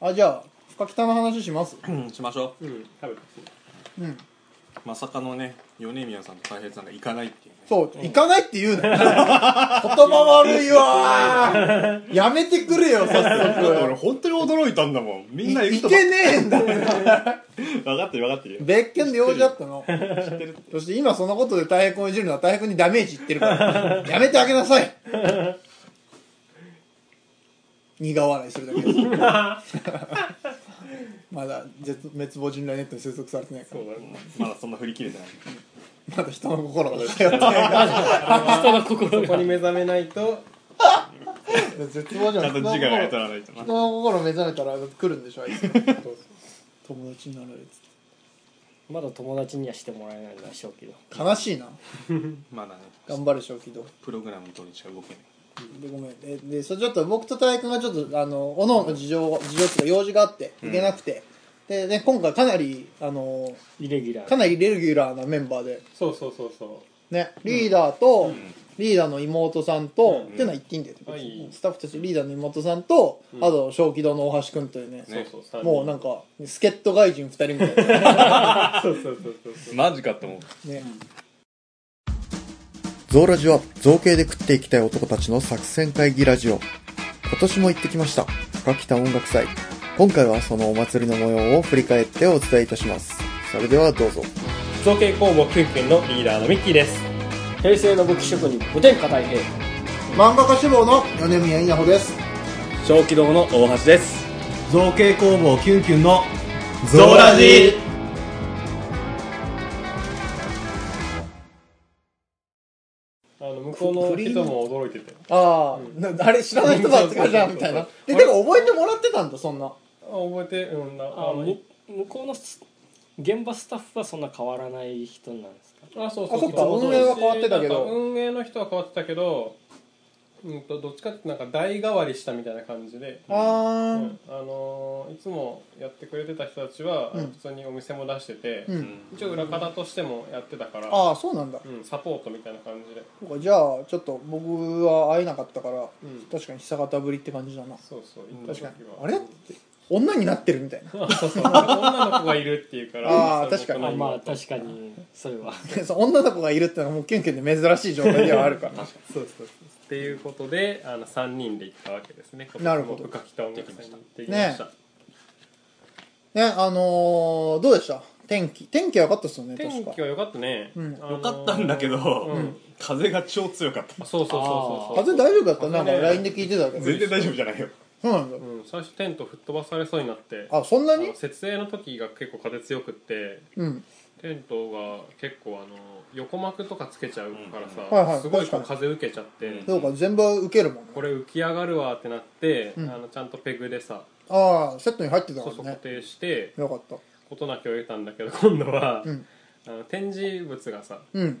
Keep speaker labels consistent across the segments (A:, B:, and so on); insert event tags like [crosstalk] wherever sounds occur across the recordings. A: あじゃあ深北の話します
B: うんしましょう
C: うん多分
A: うん
B: まさかのね米宮さんと大平さんが行かないっていうね
A: そう、行かないって言うな [laughs] よ言葉悪いわーやめてくれよ早
B: 俺
A: 速
B: 本当に驚いたんだもんみんな行
A: い
B: くと
A: 行
B: ばっ
A: けねえんだ
B: 分かってる分かってるよ
A: 別件で用事だったの
B: 知ってる
A: そして今そのことで大変君をいじるのは大変君にダメージいってるからやめてあげなさい苦笑いするだけです [laughs] まだ絶滅亡人類ネットに接続されてないか
C: そ
A: ら
C: うだね
B: まだそんな振り切
A: [laughs]
B: れてない
A: まだ人の心が通ってないから
D: 人 [laughs] の心
C: そこに目覚めないと
A: 絶望じゃ
B: ちゃ
A: なんい
B: と自我がやたらないとな
A: 人の心目覚めたら来るんでしょあいつ友達になられて
D: まだ友達にはしてもらえないんだ正気の
A: 悲しいな
B: [laughs] まだね
A: 頑張る正気度
B: プログラムとにしか動けない
A: でごめんででそれちょっと僕と大君がちょっとあのおのおの事情事情っていうか用事があって行けなくて、でね今回かなりあの
D: イレギュラー
A: かなりレギュラーなメンバーで
C: そうそうそうそ
A: ねリーダーと、リーダーの妹さんと、っ
C: うん
A: てのは言っていいんだよ、
C: はい
A: スタッフとしてリーダーの妹さんと、
C: ん
A: あと小気道の大橋君というね
C: うそうそう三人
A: もうなんか助っ人外人2人みたいな
C: そうそうそうそうそう
B: マジかと思う
A: ねゾウラジは造形で食っていきたい男たちの作戦会議ラジオ今年も行ってきました深北音楽祭今回はそのお祭りの模様を振り返ってお伝えいたしますそれではどうぞ
C: 造形工房キュンキュンのリーダーのミッキーです
D: 平成の武器職人無天下太平
A: 漫画家志望の米宮稲穂です
D: 小気道の大橋です
E: 造形工房キュンキュンの
B: ゾウラジ
C: あの向こうの人も驚いてて
A: ああ、なあれ知らない人ばっかじゃんみたいな [laughs] えでも覚えてもらってたんだそんな
C: あ覚えてうんなあ
D: あ
C: の
D: む向こうのス現場スタッフはそんな変わらない人なんですか
C: あそう
A: あ
C: そう
A: そっか運営は変わってたけど
C: なんか運営の人は変わってたけどうんとどっちかっていうとなんか代替わりしたみたいな感じで、
A: あ
C: うん
A: ー
C: あのーいつもやってくれてた人たちは
A: うん
C: 普通にお店も出してて、
A: うん、
C: 一応裏方としてもやってたから、
A: ああそうなんだ
C: うん、サポートみたいな感じで、
A: そうかじゃあちょっと僕は会えなかったから
C: うん、
A: 確かに久方ぶりって感じだな
C: そうそう行った
A: 確
C: 時
A: か
C: は
A: にあれ女になってるみたいな [laughs]
C: あそうそう女の子がいるっていうから
A: あー
C: 実は僕
D: あ
C: の妹
D: まあ確かにそれは
A: そう女の子がいるってのはもうキュンキュンで珍しい状態ではあるから
C: そうそうそうっていうことであの3人で行ったわけですね
A: なるほど
C: 僕が北音楽祭に行ってきました、
A: ねねあのー、どうでした天気天気は良かったっすよね確
C: 天
A: か
C: 気は良かったね、
A: うん
C: あのー
B: よかったんだけど、
C: うん
B: 風が超強かった
C: そうそうそうそうそう
A: 風大丈夫だった
C: 風ね
A: なんか LINE で聞いてたけど
B: 全然大丈夫じゃないよ
A: そうなんだ
C: うん、最初テント吹っ飛ばされそうになって
A: あそんな
C: あ
A: に
C: の設営の時が結構風強くって
A: うん
C: テントが結構あの横幕とかつけちゃうからさ、
A: うんはいはい
C: すごいこう
A: 確か
C: 風受けちゃって、
B: うん
A: そうか全部受けるもんね
C: これ浮き上がるわってなって、
A: うん
C: あのちゃんとペグでさ、
A: ああセットに入ってた
C: そう
A: か
C: そう
A: ら
C: 固
A: ね
C: 定して
A: よかった
C: 事なきを得たんだけど今度は、
A: うん
C: あの展示物がさ
A: うん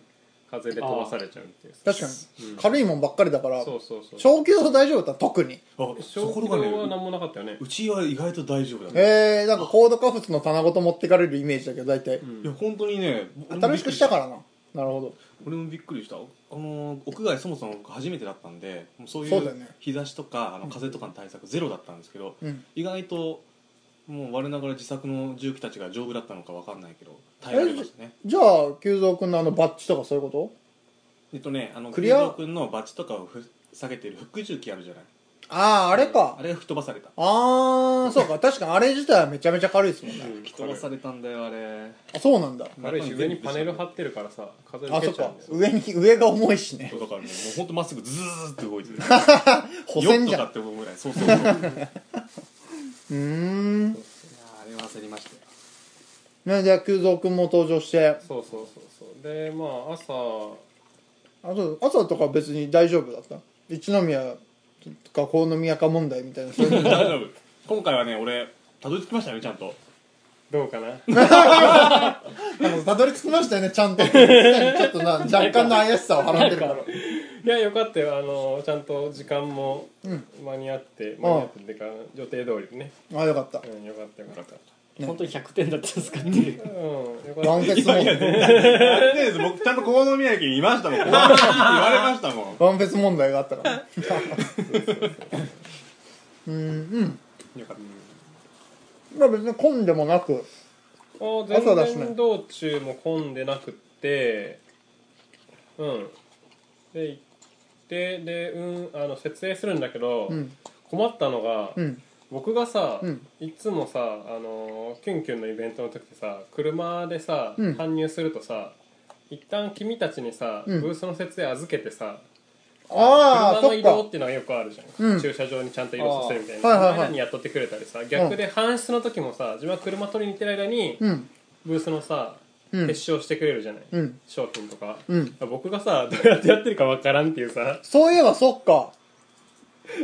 C: 風で飛ばされちゃうっていうさ
A: 確かに、軽いもんばっかりだから
C: そうそうそう
A: 小規模大丈夫だった特に
B: あ
C: 小規模は何もなかったよね
B: うちは意外と大丈夫だった、
A: えー、なんか高度化物の棚ごと持ってかれるイメージだけど大体、
B: いや本当にね俺もびっくり
A: 新しくしたからななるほど
B: 俺もびっくりしたあのー屋外そもそも初めてだったんでもうそうい
A: そうだよ
B: う
A: ね
B: 日差しとかあの風とかの対策ゼロだったんですけど、
A: うん
B: 意外ともう我ながら自作の重機たちが丈夫だったのかわかんないけど耐えられましたね
A: じゃあ久蔵君のあのバッジとかそういうこ
B: えっとねあの
A: ク
B: ク
A: リ
B: リ
A: ア
B: ア君のバチとかをふ下げてるフック重機あるじゃない
A: とあああれか
B: あれが吹き飛ばされた
A: ああそう [laughs] か確かにあれ自体はめちゃめちゃ軽いですもんね、
B: 吹き飛ばされたんだよあれ
A: あそうなんだ
C: 軽いし上にパネル張ってるからさ風
A: あ
C: 受
A: そ
C: け
A: っ
C: ちゃう
A: か
C: んだよ
A: 上に上が重いしね
B: そうだからねもうほんとまっすぐズーって動いてる
A: 補
B: ヨッ
A: 選
B: ト
A: じゃ
B: か
A: ん
B: って思うぐらいそうそうそういや
A: うーんね
B: [laughs] あれは焦りましたよ
A: じゃあ久蔵君も登場して
C: そうそうそうそうでまあ朝
A: あと朝とか別に大丈夫だった一宮か河宮か問題みたいなそういうの
B: [laughs] 大丈夫今回はね俺たどり着きましたよねちゃんと
C: どうかな
A: [laughs] なん
C: [laughs]
A: かたどり着きましたよねちゃん [laughs] とちょっとな若干の怪しさを払ってるから
C: いやよかったよあのちゃんと時間も間に合って、間に合ってっていうか予定通りでね
A: あよかった
C: うんよかったよかった
D: 本当に100点だったんですかっていう
C: うんよかった
A: 満
C: よ
A: 月問題
B: ある程度僕ちゃんと鴻宮駅にいましたもん鴻宮駅って言われましたもん
A: ワンペス問題があったからねうんうん
B: よかっ
A: まあ別に混んでもなく
C: あ
A: 朝
C: 全
A: だしね
C: 然道中も混んでなくってうんで行ってで、うん、あの設営するんだけど、
A: うん
C: 困ったのが、
A: うん
C: 僕がさ、
A: うん
C: いつもさあのキュンキュンのイベントの時ってさ車でさ、
A: うん
C: 搬入するとさ一旦君たちにさ、
A: うん
C: ブースの設営預けてさ
A: ああ
C: 車の
A: そっ
C: 移動
A: か
C: っていうのがよくあるじゃん、
A: うん
C: 駐車場にちゃんと移動させるみたい
A: あー
C: な、
A: はいはいはい
C: 間にやっとってくれたりさ逆で搬出の時もさ自分は車取りに行ってる間に、
A: うん
C: ブースのさ
A: うん
C: 結晶してくれるじゃない、
A: うん
C: 商品とか、
A: うん
C: 僕がさどうやってやってるかわからんっていうさ [laughs]
A: そういえばそっか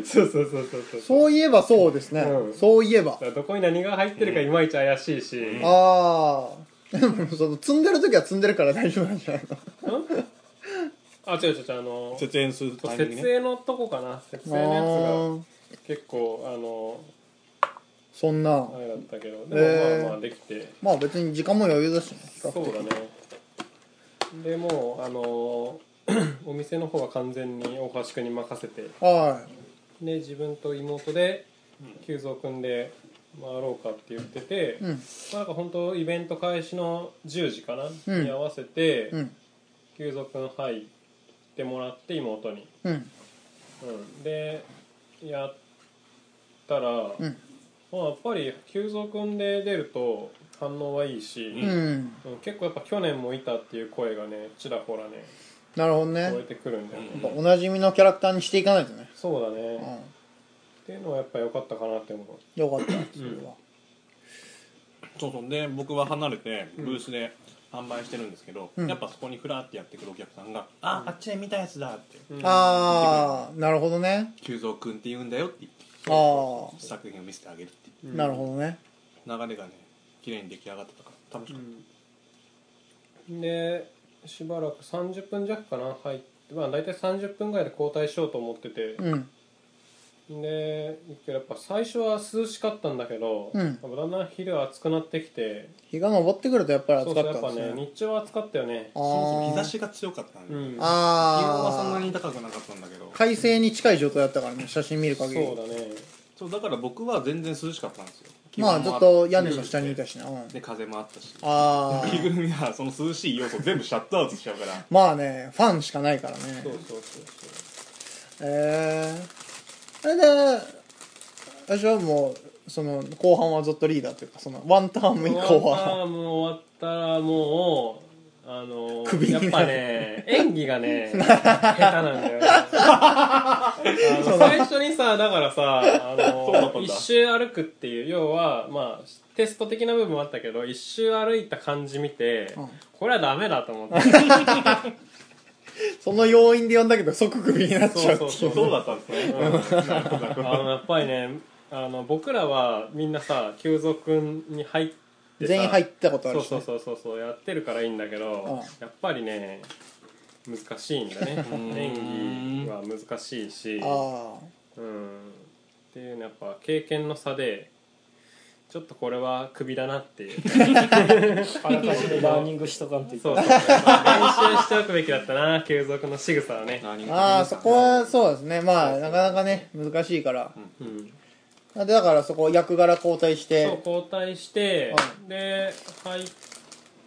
C: そうそうそうそうそう
A: そういえばそうですね、
C: うん
A: そういえば
C: だからどこに何が入ってるかいまいち怪しいし、
A: ああでも [laughs] その積んでる時は積んでるから大丈夫なんじゃないの
C: あ違う違う違うあの
B: 節演するタイミング
C: 設
B: ね
C: 営のとこかな設営のや
A: あー
C: つが結構あの
A: そんな
C: あれだったけど
A: へー
C: でもまあまあできて
A: まあ別に時間も余裕だしね比較
C: そう
A: 的
C: だねでもうあの [clears throat] お店の方は完全に大橋君に任せて
A: は
C: で自分と妹で久蔵君で回ろうかって言ってて、
A: いうん
C: まあ、なんか本当イベント開始の10時かな、
A: うん
C: に合わせて
A: うん
C: 久蔵君入ってもらって妹に、
A: うん
C: うん、でやったら、
A: うん
C: まあ、やっぱり久蔵君で出ると反応はいいし、
A: うん、
C: うん結構やっぱ去年もいたっていう声がねちらほらね
A: なるほどね
C: 聞こえてくるんだよね、
B: うん
A: やっぱおなじみのキャラクターにしていかないとね、
C: そうだね、
A: う
C: っ
A: ん、
C: ていうのはやっぱ良かったかなって思う
A: よかったそれは
B: そうそうで僕は離れて
C: うん
B: ブースで販売してるんですけど、
A: うん
B: やっぱそこにフラってやってくるお客さんが「ああっちで見たやつだ」って
C: うん
A: ああなるほどね
B: 「久蔵君って言うんだよ」って
A: ああ
B: 作品を見せてあげるっていう
A: なるほどね
B: 流れがね綺麗に出来上がってたから楽しかっ
C: でしばらく30分弱かな入ってまあ大体30分ぐらいで交代しようと思ってて、
A: うん
C: でやっぱ最初は涼しかったんだけど、
A: うん
C: やっぱだんだん昼暑くなってきて
A: 日が昇ってくるとやっぱり
C: そ
A: 暑
C: う
A: か
C: そ
A: っ
C: うや
A: た
C: っ
A: んで
C: ぱ
A: すね
C: ね日中は暑かったよね
A: あ
B: たそもそも日
A: ー
B: 差しが強かったんで、
C: う
B: 気温
C: ん
B: はそんな
A: あ
B: に
A: あ
B: 高くなかったんだけど
A: 快晴に近い状態だったからね写真見る
C: そう
A: 限り
C: だね
B: そうだから僕は全然涼しかったんですよ
A: まあ
B: 気
A: ず
B: 温
A: っ
B: もって
A: と屋根の下にいたしな、うん、
B: で風もあったし
A: ああ
B: 着ぐるみはその涼しい要素を全部シャットアウトしちゃうから
A: まあねファンしかないからね
C: そうそうそうそ
A: ええそれで私はもうその後半はずっとリーダーというかそのワンター
C: う
A: ン以降
C: [laughs] 終わった
A: は
C: らもう終わったらもうあの
A: クビにな
C: やっ
A: る
C: ぱね演技がね下手なん
A: [laughs]
C: だよねあの最初にさだからさあ
B: そうだった
C: の
B: んだ
C: 一周歩くっていう要はまあテスト的な部分もあったけど一周歩いた感じ見て、
A: うん
C: これはダメだと思って
A: [laughs] その要因で呼んだけど即クビになっちゃうってい
C: そうそう
B: そうだったんですね
C: あのやっぱりねあの僕らはみんなさ久蔵君に入ってさ
A: 全員入ったことあ
C: そう
A: るし、
C: そ
A: ね
C: う、そうそうそうやってるからいいんだけど、
A: うん
C: やっぱりね難しいんだ
A: [laughs]
C: ね
B: ん
C: 演技は難しいし
A: あ
C: うんっていうのはやっぱ経験の差でちょっとこれはクビだなって
A: [laughs]
C: いう
D: 改めてラーニングしとかんといけ
C: そうそ
D: な
C: う
D: い
C: やっぱ練習しておくべきだったな継続の仕草はね、
B: 何
A: あ
B: が
A: ああそこはそうですねまあなかなかね難しいから
C: うん、
A: でだからそこ役柄交代し
C: そう
A: て
C: 交代して、
A: う
C: で入っ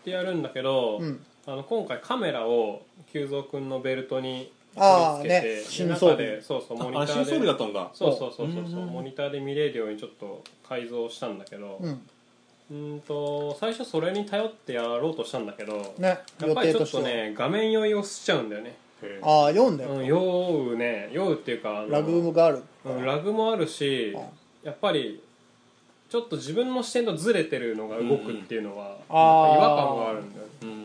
C: てやるんだけど、
A: うん
C: あの今回カメラを久蔵君のベルトに
A: あー
C: 取り付けて、
A: ね
C: で
A: 新装備
C: 中でそうそうモニタ
B: あ新
C: ー
B: 装備
C: で
B: だったんだ
C: そうそうそうそう
B: うん
C: そううん
B: うん
C: モニターで見れるようにちょっと改造したんだけど、
A: うん
C: うんと最初それに頼ってやろうとしたんだけど、
A: ね
C: やっ
A: 予
C: ぱり
A: 定
C: ちょ
A: と
C: っ
A: して
C: と
A: は、
C: ね画面酔いをしちゃうんだよね、
B: へー
A: ああ読んだよ、
C: うん、酔うね酔うっていうかあの
A: ラグームがある
C: うんラグもあるしやっぱりちょっと自分の視点とずれてるのが動くっていうのは、
A: あー
C: 違和感があるんだよね
B: うん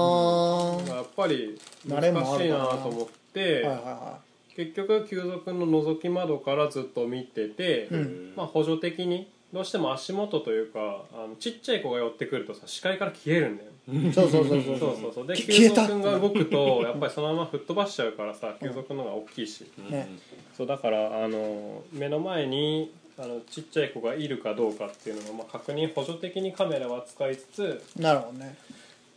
A: あ
C: やっぱり
A: 慣
C: 難
A: れもあ
C: し
A: る
C: い
A: か
C: な
A: な
C: と思って、
A: あはいはいは
C: 結局急速の覗き窓からずっと見てて、
A: うん
C: まあ、補助的にどうしても足元というかあのちっちゃい子が寄ってくるとさ視界から消えるんだよ
A: いそうそうそうそ
C: そううそうそうで
A: き
C: 急
A: 消えた
C: 速君が動く
A: [laughs]
C: とやっぱりそのまま吹っ飛ばしちゃうからさ急速の方が大きいし
A: ね
C: そうだからあの目の前にあのちっちゃい子がいるかどうかっていうのを、まあ、確認補助的にカメラは使いつつ
A: なるほどね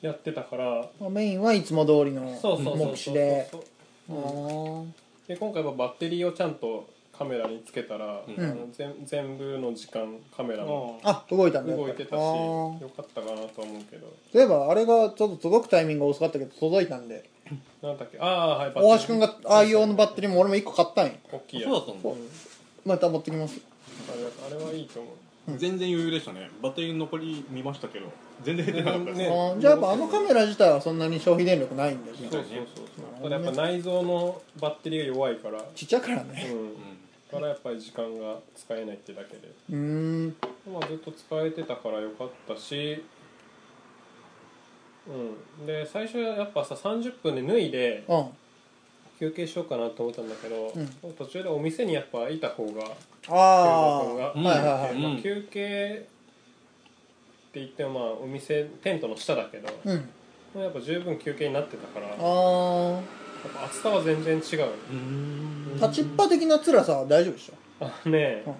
C: やってたから
A: まあメインはいつも通りの
C: そうそうそう
A: 目
C: そ
A: 視
C: う
A: で
C: そう
A: あー
C: で今回はバッテリーをちゃんとカメラにつけたら、
B: うん
C: あの全全部の時間カメラも
D: あ
A: あ動いたんだ
C: 動いて
A: あ
C: たし
A: ー
C: よかったかなとは思うけど
A: そういえばあれがちょっと届くタイミングが遅かったけど届いたんで
C: なんだっけああはいバッテリー
A: 大橋君が愛用のバッテリーも俺も1個買ったんよ
C: 大きいやつ
B: そうだったんだ
A: そうまた持ってきます
C: あれだあれはいいと思う
B: 全然余裕でしたねバッテリーの残り見ましたけど全然減ってなかったです
A: あ
C: ね
A: ーじゃあやっぱあのカメラ自体はそんなに消費電力ないんだよね
C: そうそうそうただやっぱ内蔵のバッテリーが弱いから
A: ちっちゃいから
C: う
A: ね
C: んだからやっぱり時間が使えないってだけで
A: うーん
C: まあ、ずっと使えてたからよかったし、うん、で最初やっぱさ30分で脱いで
A: うんあ
C: 休憩しようかなと思ったんだけど、
A: うん
C: 途中でお店にやっぱいた方が
A: あーはい
C: 休憩時間
A: は
C: が
A: いはい
B: うん
C: まあ休憩って言ってもまあお店テントの下だけど、
A: うん
C: もうやっぱ十分休憩になってたからやっ
A: あ
C: ぱ暑さは全然違う
B: うん
A: あ立ちっぱ的な辛さは大丈夫でしょ
C: あのね、
A: うん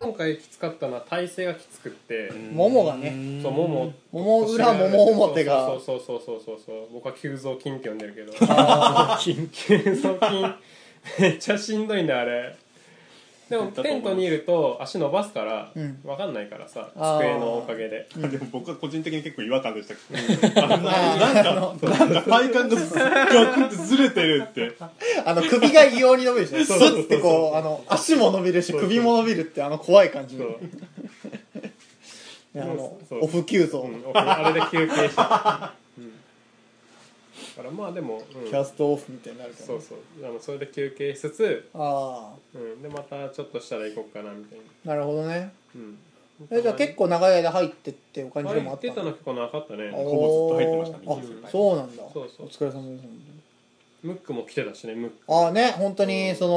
C: 今回きつかったのは体勢がきつくって、
A: ももがね
C: そうもも
A: もも裏もも表が
C: そうそうそうそうそうそう僕は急臓筋って呼んでるけど
A: あ
C: 急急臓筋 [laughs] めっちゃしんどいんだあれでもテントにいると足伸ばすから、
A: うん
C: わかんないからさ
A: あー
C: 机のおかげで
B: でも僕は個人的に結構違和感でしたけど [laughs] あの
A: あーあの
B: なんか体幹が [laughs] ガクンってずれてるって
A: あの首が異様に伸びるしねス
C: そうそうそう
A: ッてこうあの足も伸びるし首も伸びるってあの怖い感じ
C: そ
A: の
C: う、
A: ねあの
C: そう
A: オフ急増
C: うん、おあれで休憩した、うん、だからまあでも、うん、
A: キャストオフみたいになるから
C: そう
A: ね
C: そうあのそれで休憩しつつ、
A: あ
C: うん、でまたちょっとしたら行こうかなみたいな、
A: あなるほどね
C: うん、
A: えじゃあ結構長い間入ってってお感じでもあ
C: 入っ
A: ったの
C: てたの結構なかったね
B: ほぼずっと入ってました
A: あ
B: 右手
A: あそうなんだ
C: そうそう
A: お疲れ様です
C: ムックも来てたしねムック
A: ああね本当にそ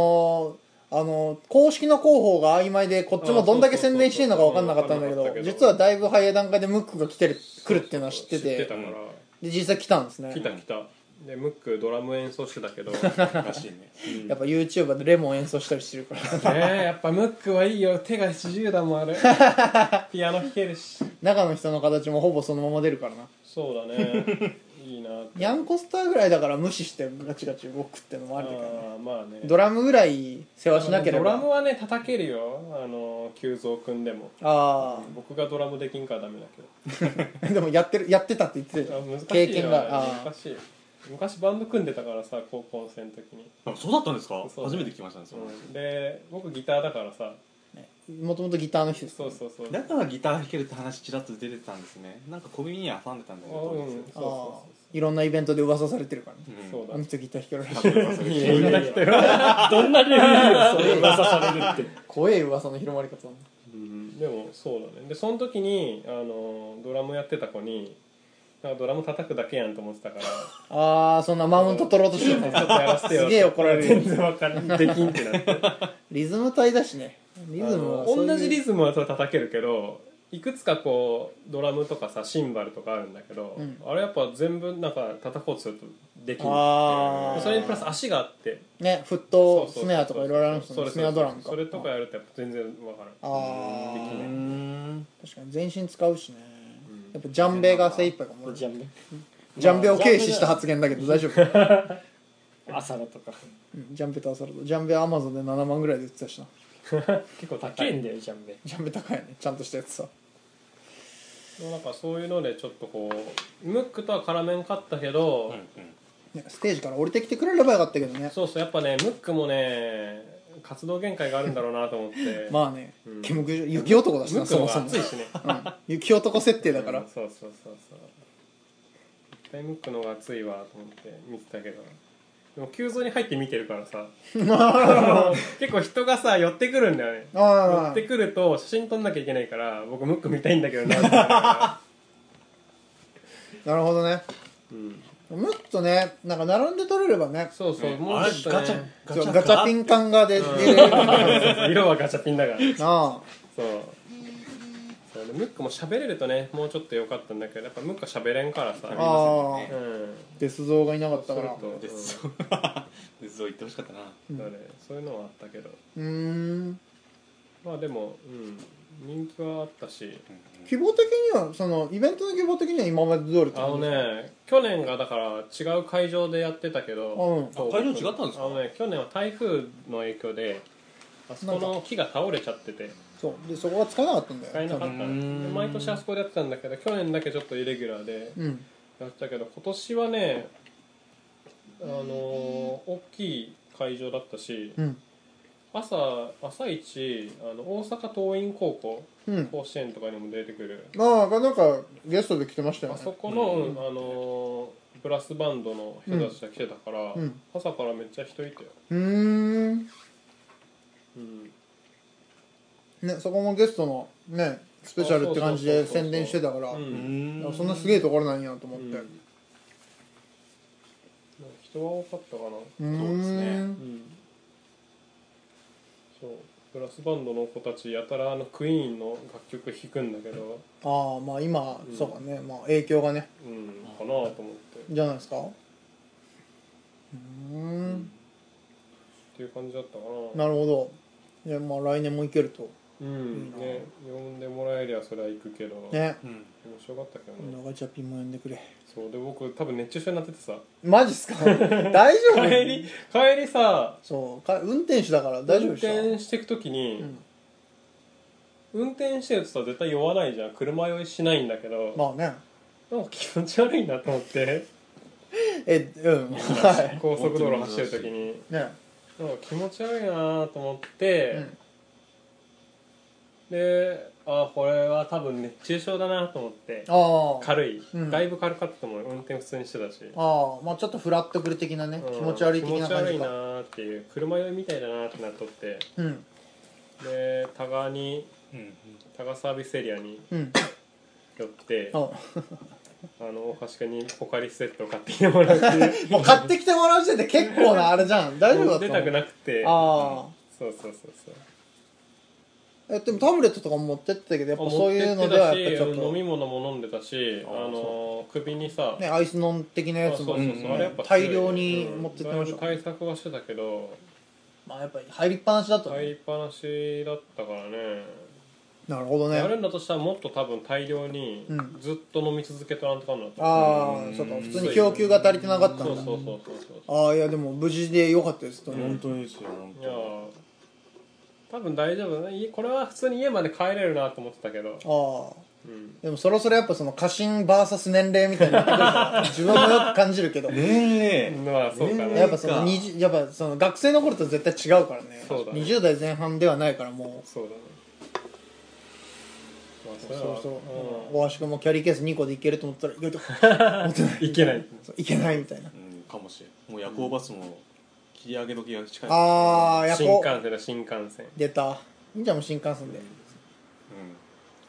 A: のあの公式の広報が曖昧でこっちもどんだけ宣伝してんのか分かんなかったんだけ
C: あそ
A: ど
C: うそうそうそう
A: 実はだいぶ早い段階でムックが来てる来るっていうのは知って
C: 知って
A: て
C: たから、
A: で実際来たんですね
C: 来た来たでムックドラム演奏してたけどね
B: らしいね
A: やっぱ YouTuber でレモン演奏したりしてるから [laughs]
C: えやっぱムックはいいよ手が自由だも [laughs] んあれピアノ弾けるし
A: 中の人の形もほぼそのまま出るからな
C: そうだねいいな
A: ニャンコスターぐらいだから無視してガチガチ動くってのもあ
C: あ
A: るけどね
C: ーまあね
A: ドラムぐらい世話しなけれ
C: ドラム
A: ば
C: はね叩けるよあの久蔵君でも
A: あ
C: 僕がドラムできんからダメだけ
A: あでもやってるやってたって言ってた
C: どあ
A: よ
C: 難しいよ
A: 経験があー
C: あれ難しい昔バンド組んでたからさ高校生の時に、
B: あそうだったんですか
C: そう
B: 初めて聞きましたねそれ
C: うんで僕ギターだからさ
A: もともとギターの人です
C: そうそうそう
B: だからギター弾けるって話ちらっと出てたんですねなんか小耳に挟んでたんだけど
C: うん
B: うん
C: そうそ
A: あ
C: うそう
A: あいろんなイベントで噂されてるからね
C: そうだ
A: あの人ギター弾けるらしい
B: 多分それ
D: いやいやいやどんなレビューよそれ噂されるって
A: 怖え噂の広まり方
C: でもそうだねでその時にあのドラムやってた子になんかドラム叩くだけやんと思ってたからち
A: ああそんなマウント取ろうとしてる
C: ょっとやらせてよ
A: すげえ怒られる
C: 全然わかんないできんってなって
A: リズム体だしねリズ
C: あ
A: ム
C: の
A: はそういう
C: 同じリズムはそれ叩けるけどいくつかこうドラムとかさシンバルとかあるんだけど、
A: うん
C: あれやっぱ全部なんか叩こうとするとできん
A: あー
C: それにプラス足があって
A: ねフッ
C: そ
A: ト
C: うそうそう
A: スネアとかいろいろあるんですよ
C: それ
A: ねスネアドラムか
C: それとかやるとやっぱ全然わからん
A: あ
C: でき
A: あ
C: ない
B: うん
A: 確かに全身使うしねやっぱジャンベが精一杯かも
D: ジャンベ
A: ジャンベを軽視した発言だけど大丈夫
D: 朝だとか
A: うんジャンベとアサルトジャンベはアマゾンで7万ぐらいで売ってたしな
C: 結構
D: 高
C: 高
D: い
C: い
D: んだよジャンベ
A: ジャンベ高いよねちゃんとしたやつさ
C: なんかそういうのでちょっとこうムックとは絡めんかったけど、
B: うんうん
A: ねステージから降りてきてくれればよかったけどね
C: そうそうやっぱねムックもね活動限界があるんだろうなと思って
A: [laughs] まあね
C: うん
A: 煙くじ雪男だし
C: ム
A: な
C: ック
A: そも
C: も
A: そも
C: 熱いしね
A: うん雪男設定だから
C: うんそうそうそうそう絶対ムックの方が熱いわと思って見てたけどでも急増に入って見てるか
A: [laughs]
C: らさあの結構人がさ寄ってくるんだよね寄
A: あ
C: っ
A: あ
C: てくると写真撮んなきゃいけないから僕ムック見たいんだけどなって思いなが
A: [laughs]
C: ら
A: なるほどね
C: うん
A: もっとねなんか並んで取れればね
C: そうそう、も
B: あ
C: う
B: れ
C: ちょっと
B: ガチャ
C: ね
A: ガチャピン感がで出れる
C: 色はガチャピンだから
A: なあ
C: そうそうでムックも喋れるとねもうちょっと良かったんだけどやっぱムックは喋れんから
A: あ
C: さ
A: あ
B: ありますよね
C: うん
A: デス像がいなかった
C: そ
A: か
C: れ
A: ら
C: と
B: ですそう [laughs] ですそう言 [laughs] ってほしかったな
C: うんそうねそういうのはあったけど
A: うーん
C: まあでも、うん、人気はあったし
A: 希望的にはそのイベントの希望的には今まで通りって
C: あの
A: 感じ
C: ね去年がだから違う会場でやってたけど
A: うん
C: そう
B: あ会場違ったんですか
C: あのね去年は台風の影響であそこの木が倒れちゃってて
A: そうでそこがつかなかったんだよ
C: 使えなかった
B: う
C: で
B: ん
C: 毎年あそこでやってたんだけど去年だけちょっとイレギュラーで
A: うん
C: やってたけど今年はねあのー大きい会場だったし
A: うん
C: 朝朝一あの大阪桐蔭高校
A: うん
C: 甲子園とかにも出てくる
A: まあがなんかゲストで来てましたよ
C: あ
A: ね
C: そこの、うんあのーブラスバンドの人たちが来てたから、
A: うんうん
C: 朝からめっちゃ人いたよ、
A: うーん
C: うん、
A: ねそこもゲストのねスペシャルって感じで
C: そうそうそうそ
A: 宣
C: う
A: 伝してたから、
C: うん
B: ん
A: そんなすげえところなんやと思って
C: うん人は多かったかな
A: うーん
B: そうですね
C: うんそうブラスバンドの子たちやたらあのクイーンの楽曲弾くんだけど
A: ああまあ今、そうかねまあ影響がね
C: うんかなと思ってっ
A: じゃないですかうーん
C: ていう感じだったかな
A: なるほどいやまあ来年も行けると
C: うんね呼んでもらえりゃそれは行くけど面
A: ね
B: うん
C: 白かったけどね
A: 長チャピンも呼んでくれ
C: そうで僕多分熱中症になっててさ
A: マジっす
C: [laughs]
A: か大丈夫
C: 帰り帰りさ
A: そうか運転手だから大丈夫
C: 運
A: でしょ
C: 転していく時に、運転してるとさ絶対酔わないじゃん車酔いしないんだけど、
A: まあね
C: なんか気持ち悪いなと
A: [laughs]
C: 思って
A: えうんは
C: 高速道路走ってる時に
A: いね
C: なんか気持ち悪いなと思って、
A: うん
C: であこれは多分熱中症だなと思って
A: ああ
C: 軽い、
A: うん
C: だいぶ軽かったと思うよ運転普通にしてたし、
A: ああまあちょっとフラットくる的なね
C: うん
A: 気持ち悪い的な感
C: 気持ち悪い
A: じ
C: な
A: か
C: っていう車酔いみたいだなってなっとって
A: うん
C: で多賀に
B: うん
C: 多賀サービスエリアに
A: うん
C: 寄って
A: あ
C: あの大橋君にポカリスエットを買ってきてもらうっていう
A: もう買ってきてもらう時点で結構なあれじゃん大丈夫だった
C: 出
A: の
C: たくなくて
A: ああ
C: そうそうそうそう
A: えでもタブレットとかも持ってってたけどやっぱそういうのではやっぱちょっ
C: 飲み
A: と
C: 物も飲んでたしあの首にさ、
A: ねアイスノン的なやつも
B: そうそうそうあれや
A: ね
B: っ
A: 大量に持ってって
C: ま
A: ま
C: し
A: したた
C: 対策はしてたけど
A: まあやっぱり入りっぱなしだと
C: 入り
A: ね
C: っぱなしだったからね
A: なるほど
C: や
A: ね
C: るんだとしたらもっと多分大量に
A: うん
C: ずっと飲み続けとらんとかんなと
A: ああそうか普通に供給が足りてなかった
C: そうんそ
A: だ
C: うそうそうそ
A: ああいやでも無事でよかったですと
B: 本当ですよ本
C: うい
B: 当
C: やー多分大丈夫だねいこれは普通に家まで帰れるなと思ってたけど、
A: ああ
C: うん、
A: でもそろそろやっぱその過信 VS 年齢みたいなことが自分もよく感じ
C: [laughs]
A: るけど
E: ねえ
C: まあそうかな、
A: やっぱその20やっぱその学生の頃と絶対違うからね
C: そうだね
A: 20代前半ではないからもう
C: そうだねまあそ
A: そ
C: れ
A: う
C: は
A: そう大橋君もキャリーケース2個でいけると思ったら意外と持てない
C: うんいけない
A: そういけないみたいな
B: うんかもしれんもう夜行バスも切り上げ時が近い
A: ああやっ
C: 新幹
A: ぱ
C: 線だ新幹線
A: 出たいいんじゃんもう新幹線で
B: うん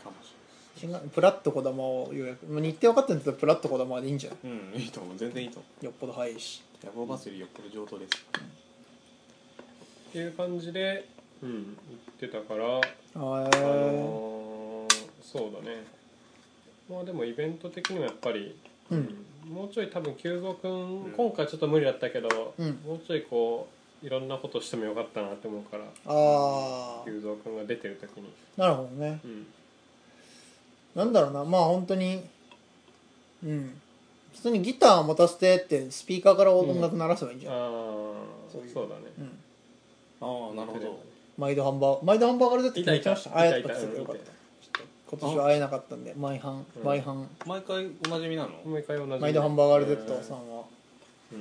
B: かもし
A: 新幹プラッとこだまを予約もう日程分かってんだったらプラッとこだまでいいんじゃん
B: れんうんいいと思う全然いいと思
A: よっぽど早いし
B: う夜行バスよりよっぽど上等です
C: っていう感じで、うん、行ってたから、
A: あ
C: あ
A: ー
C: のーそうだねまあでもイベント的にもやっぱり、
A: うん
C: もうちょい多分久蔵君、今回ちょっと無理だったけど、
A: うん
C: もうちょいこういろんなことしてもよかったなって思うから
A: あー
C: 久蔵君が出てる時に、
A: なるほどね
C: うん、
A: なんだろうなまあ本当にうん普通にギターを持たせてってスピーカーから音楽鳴らせばいいんじゃん、
C: ああ
A: そういう
C: そうだね
A: うん
B: ああなるほど
A: 毎度ハンバー毎度ハンバーガーで出てきましたあ
C: い
A: や
C: た
A: っ
C: いた
A: ぱ来
C: いた
A: てくれよ
C: い
A: かっ
C: たい
A: た今年は会えなかったんで毎半
C: うん
A: 毎半
B: 毎回おなじみなの
C: もう一回同じ
A: 毎度ハンバーガール Z さんは、
C: うん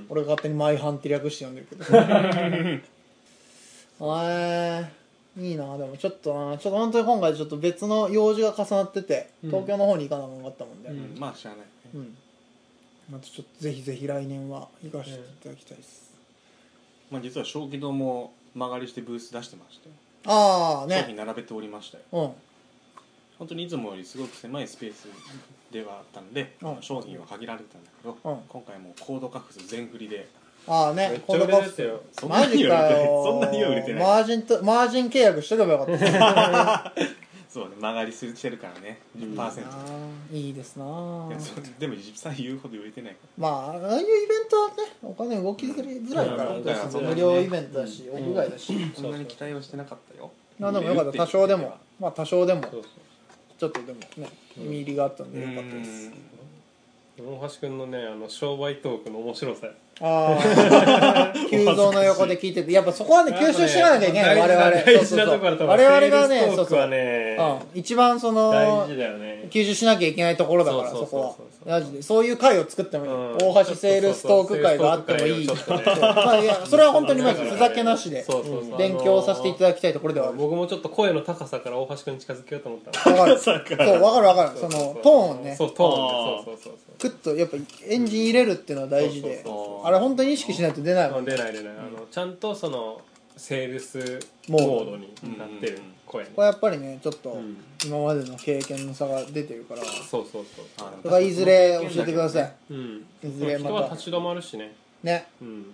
A: 俺が勝手に「マイハン」って略して呼んでる
C: [laughs]
A: けどえー、いいなでもちょっとなちょっと本当に今回ちょっと別の用事が重なってて
C: うん
A: 東京の方に行かなかったもんで、
C: う
A: うんん
B: うんまあ知らない
A: またちょっとぜひぜひ来年は行かせていただきたいです、
B: まあ実は小規堂も間借りしてブース出してまして
A: ああ
B: 商品
A: ね
B: 並べておりましたよ
A: うん
B: 本当にいつもよりすごく狭いスペースではあったんで、
A: うん
B: 商品は限られてたんだけど、
A: うん
B: 今回もうコードカフス全振りで
A: ああ
C: めっ
A: ね
C: ち
A: コ
C: ゃ
A: ード
C: 売れ
A: カ
C: て
A: フ
C: たよ
A: ス
B: そんな
A: マ
B: に
A: ジ
B: は売れ
A: か
B: てない
A: よ
B: そんなには売れて
A: マ
B: ない
A: ージンとマージン契約しとけばよ
B: [laughs]
A: かったあ
B: そうね曲がりすぎてるからね10%、
A: ーいいですなあ
B: いやそうでも実際言うほど売れてないか
A: まあああいうイベントはねお金動きづらいから、
B: うん今回はそんなにね
A: 無料イベントだし、屋外だし、
B: らそんなに期待はしてなかったよ
A: まあでもよかった多少でもまあ多少でも
C: そうそう
A: ちょっとでもね見入りがあったん
B: う
A: でよかったです
B: ん
C: 大橋君のねあの商売トークの面白さ
A: ああ
C: [laughs]
A: 急増の横で聞いててやっぱそこはね吸収しなきゃいけない我々
C: 大事なところだと思う
A: 我々がね
C: セールス
A: そう
C: トー
A: そ
C: ク
A: う
C: はね
A: うん一番その
C: 大事だよね
A: 吸収しなきゃいけないところだから
C: そう
A: そ
C: そ
A: う
C: そう
A: こ
C: そう
A: はマジでそういう会を作ってもいい、
C: うん
A: 大橋セールストーク会があってもいい
C: そうそうそう
A: そうまあいやそれは本当にマジで
C: だか
A: ふ
C: らね
A: ざけなしで
C: そうそうそう
A: 勉強させていただきたいところではある
C: 僕もちょっと声の高さから大橋君に近づけようと思ったの
A: わかるそうわかるわかるそのトーンをね
C: そうトーンねそうそうそうそう
A: クッとやっぱエンジン入れるっていうのは大事で
C: そうそうそう
A: あれ本当に意識しないと出ないも
C: あ
A: ん
C: 出ない出ない、あのちゃんとそのセールス
A: モ
C: モ
A: ード
C: ードになってる声、ね
A: これやっぱりねちょっと
C: ん
A: 今までの経験の差が出てるからそ
C: そうそうそう
B: あー
A: れはいずれ教えてください
C: うん
A: いずれま
C: 人
A: た
C: は立ち止まるしね
A: ね
C: うん、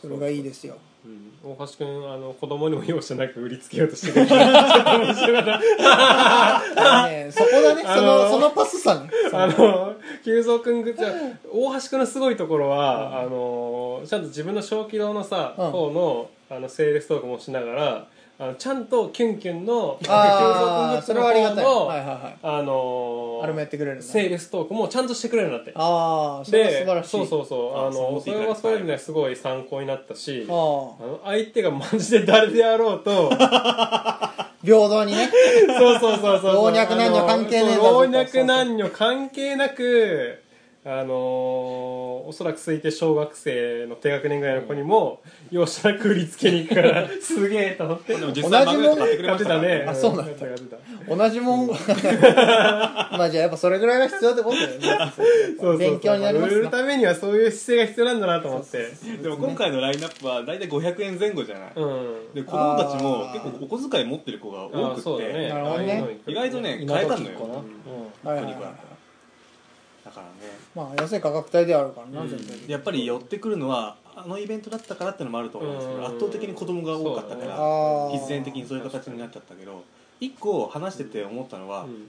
A: それがいいですよ
C: うん、大橋君あの子供にも容赦なく売りつけようとしてる [laughs] ちょっと面白かっ
A: あのねそこだねそ
C: [laughs] あの
A: の
C: ー
A: そのパスさね
C: たあの久蔵君がじゃあ大橋君のすごいところは、あのちゃんと自分の小規模のさ、
A: うん
C: 方のあのセールストークもしながらあのちゃんとキュンキュンの久
A: あ
C: 蔵
A: あそれはありがたい
C: の
A: はいはいはい
C: あの
A: あれもやってくれるんだ
C: セールストークもちゃんとしてくれるんだって
A: ああそれは素
C: で
A: 晴らしい
C: そうそうそうあ
B: あそう思
C: の
B: っ
C: そ
B: ていただきた
C: れ
B: い
C: はそれでねすごい参考になったしあ
A: あ
C: の相手がマジで誰であろう
A: [laughs]
C: と
A: あ平等にね
C: そうそうそうそう
A: 老若男女関係ねえんだぞ
C: あの
A: と
C: そう老若男女関係なくあのおそらく推定小学生の低学年ぐらいの子にも容赦なく売りつけに行くからすげえと思って
B: でも実際
A: 同
B: マ
A: じ
B: グ
A: も
B: ネッ
A: ん
B: ト買ってくれ
C: や
B: ま
C: っ
B: してたか
C: た
B: ら
C: [laughs] ね
A: あそうなんだ
C: やってたやってた
A: 同じ
C: [laughs]
A: もんまあじゃあやっぱそれぐらいが必要ってことだよね
C: [laughs] そうそうそう
A: 勉強になりますな
C: 売るためにはそういう姿勢が必要なんだなと思って
B: でも今回のラインナップは大体500円前後じゃない、
C: うん
B: で子供たちも
A: あー
B: 結構お小遣い持ってる子が多
C: あ
B: くて
C: そうだね
A: なるほどね
C: ああいうのに来
B: 意外とね
D: 今
B: 買えた
D: 時
B: の
D: っ
B: よ
D: 子なう
B: うんん
A: はいはい
B: プリコだ
A: は
B: からだからね
A: いまあ安い価格帯ではあるからな全然
B: やっぱり寄ってくるのはあのイベントだったからってのもあると思うんですけ
C: う
B: ど
C: ん
B: 圧倒的に子供が多かったか
C: そうだね
B: ら、
A: あー
B: 必然的にそういう形になっちゃったけど一個話してて思ったのは、
C: うん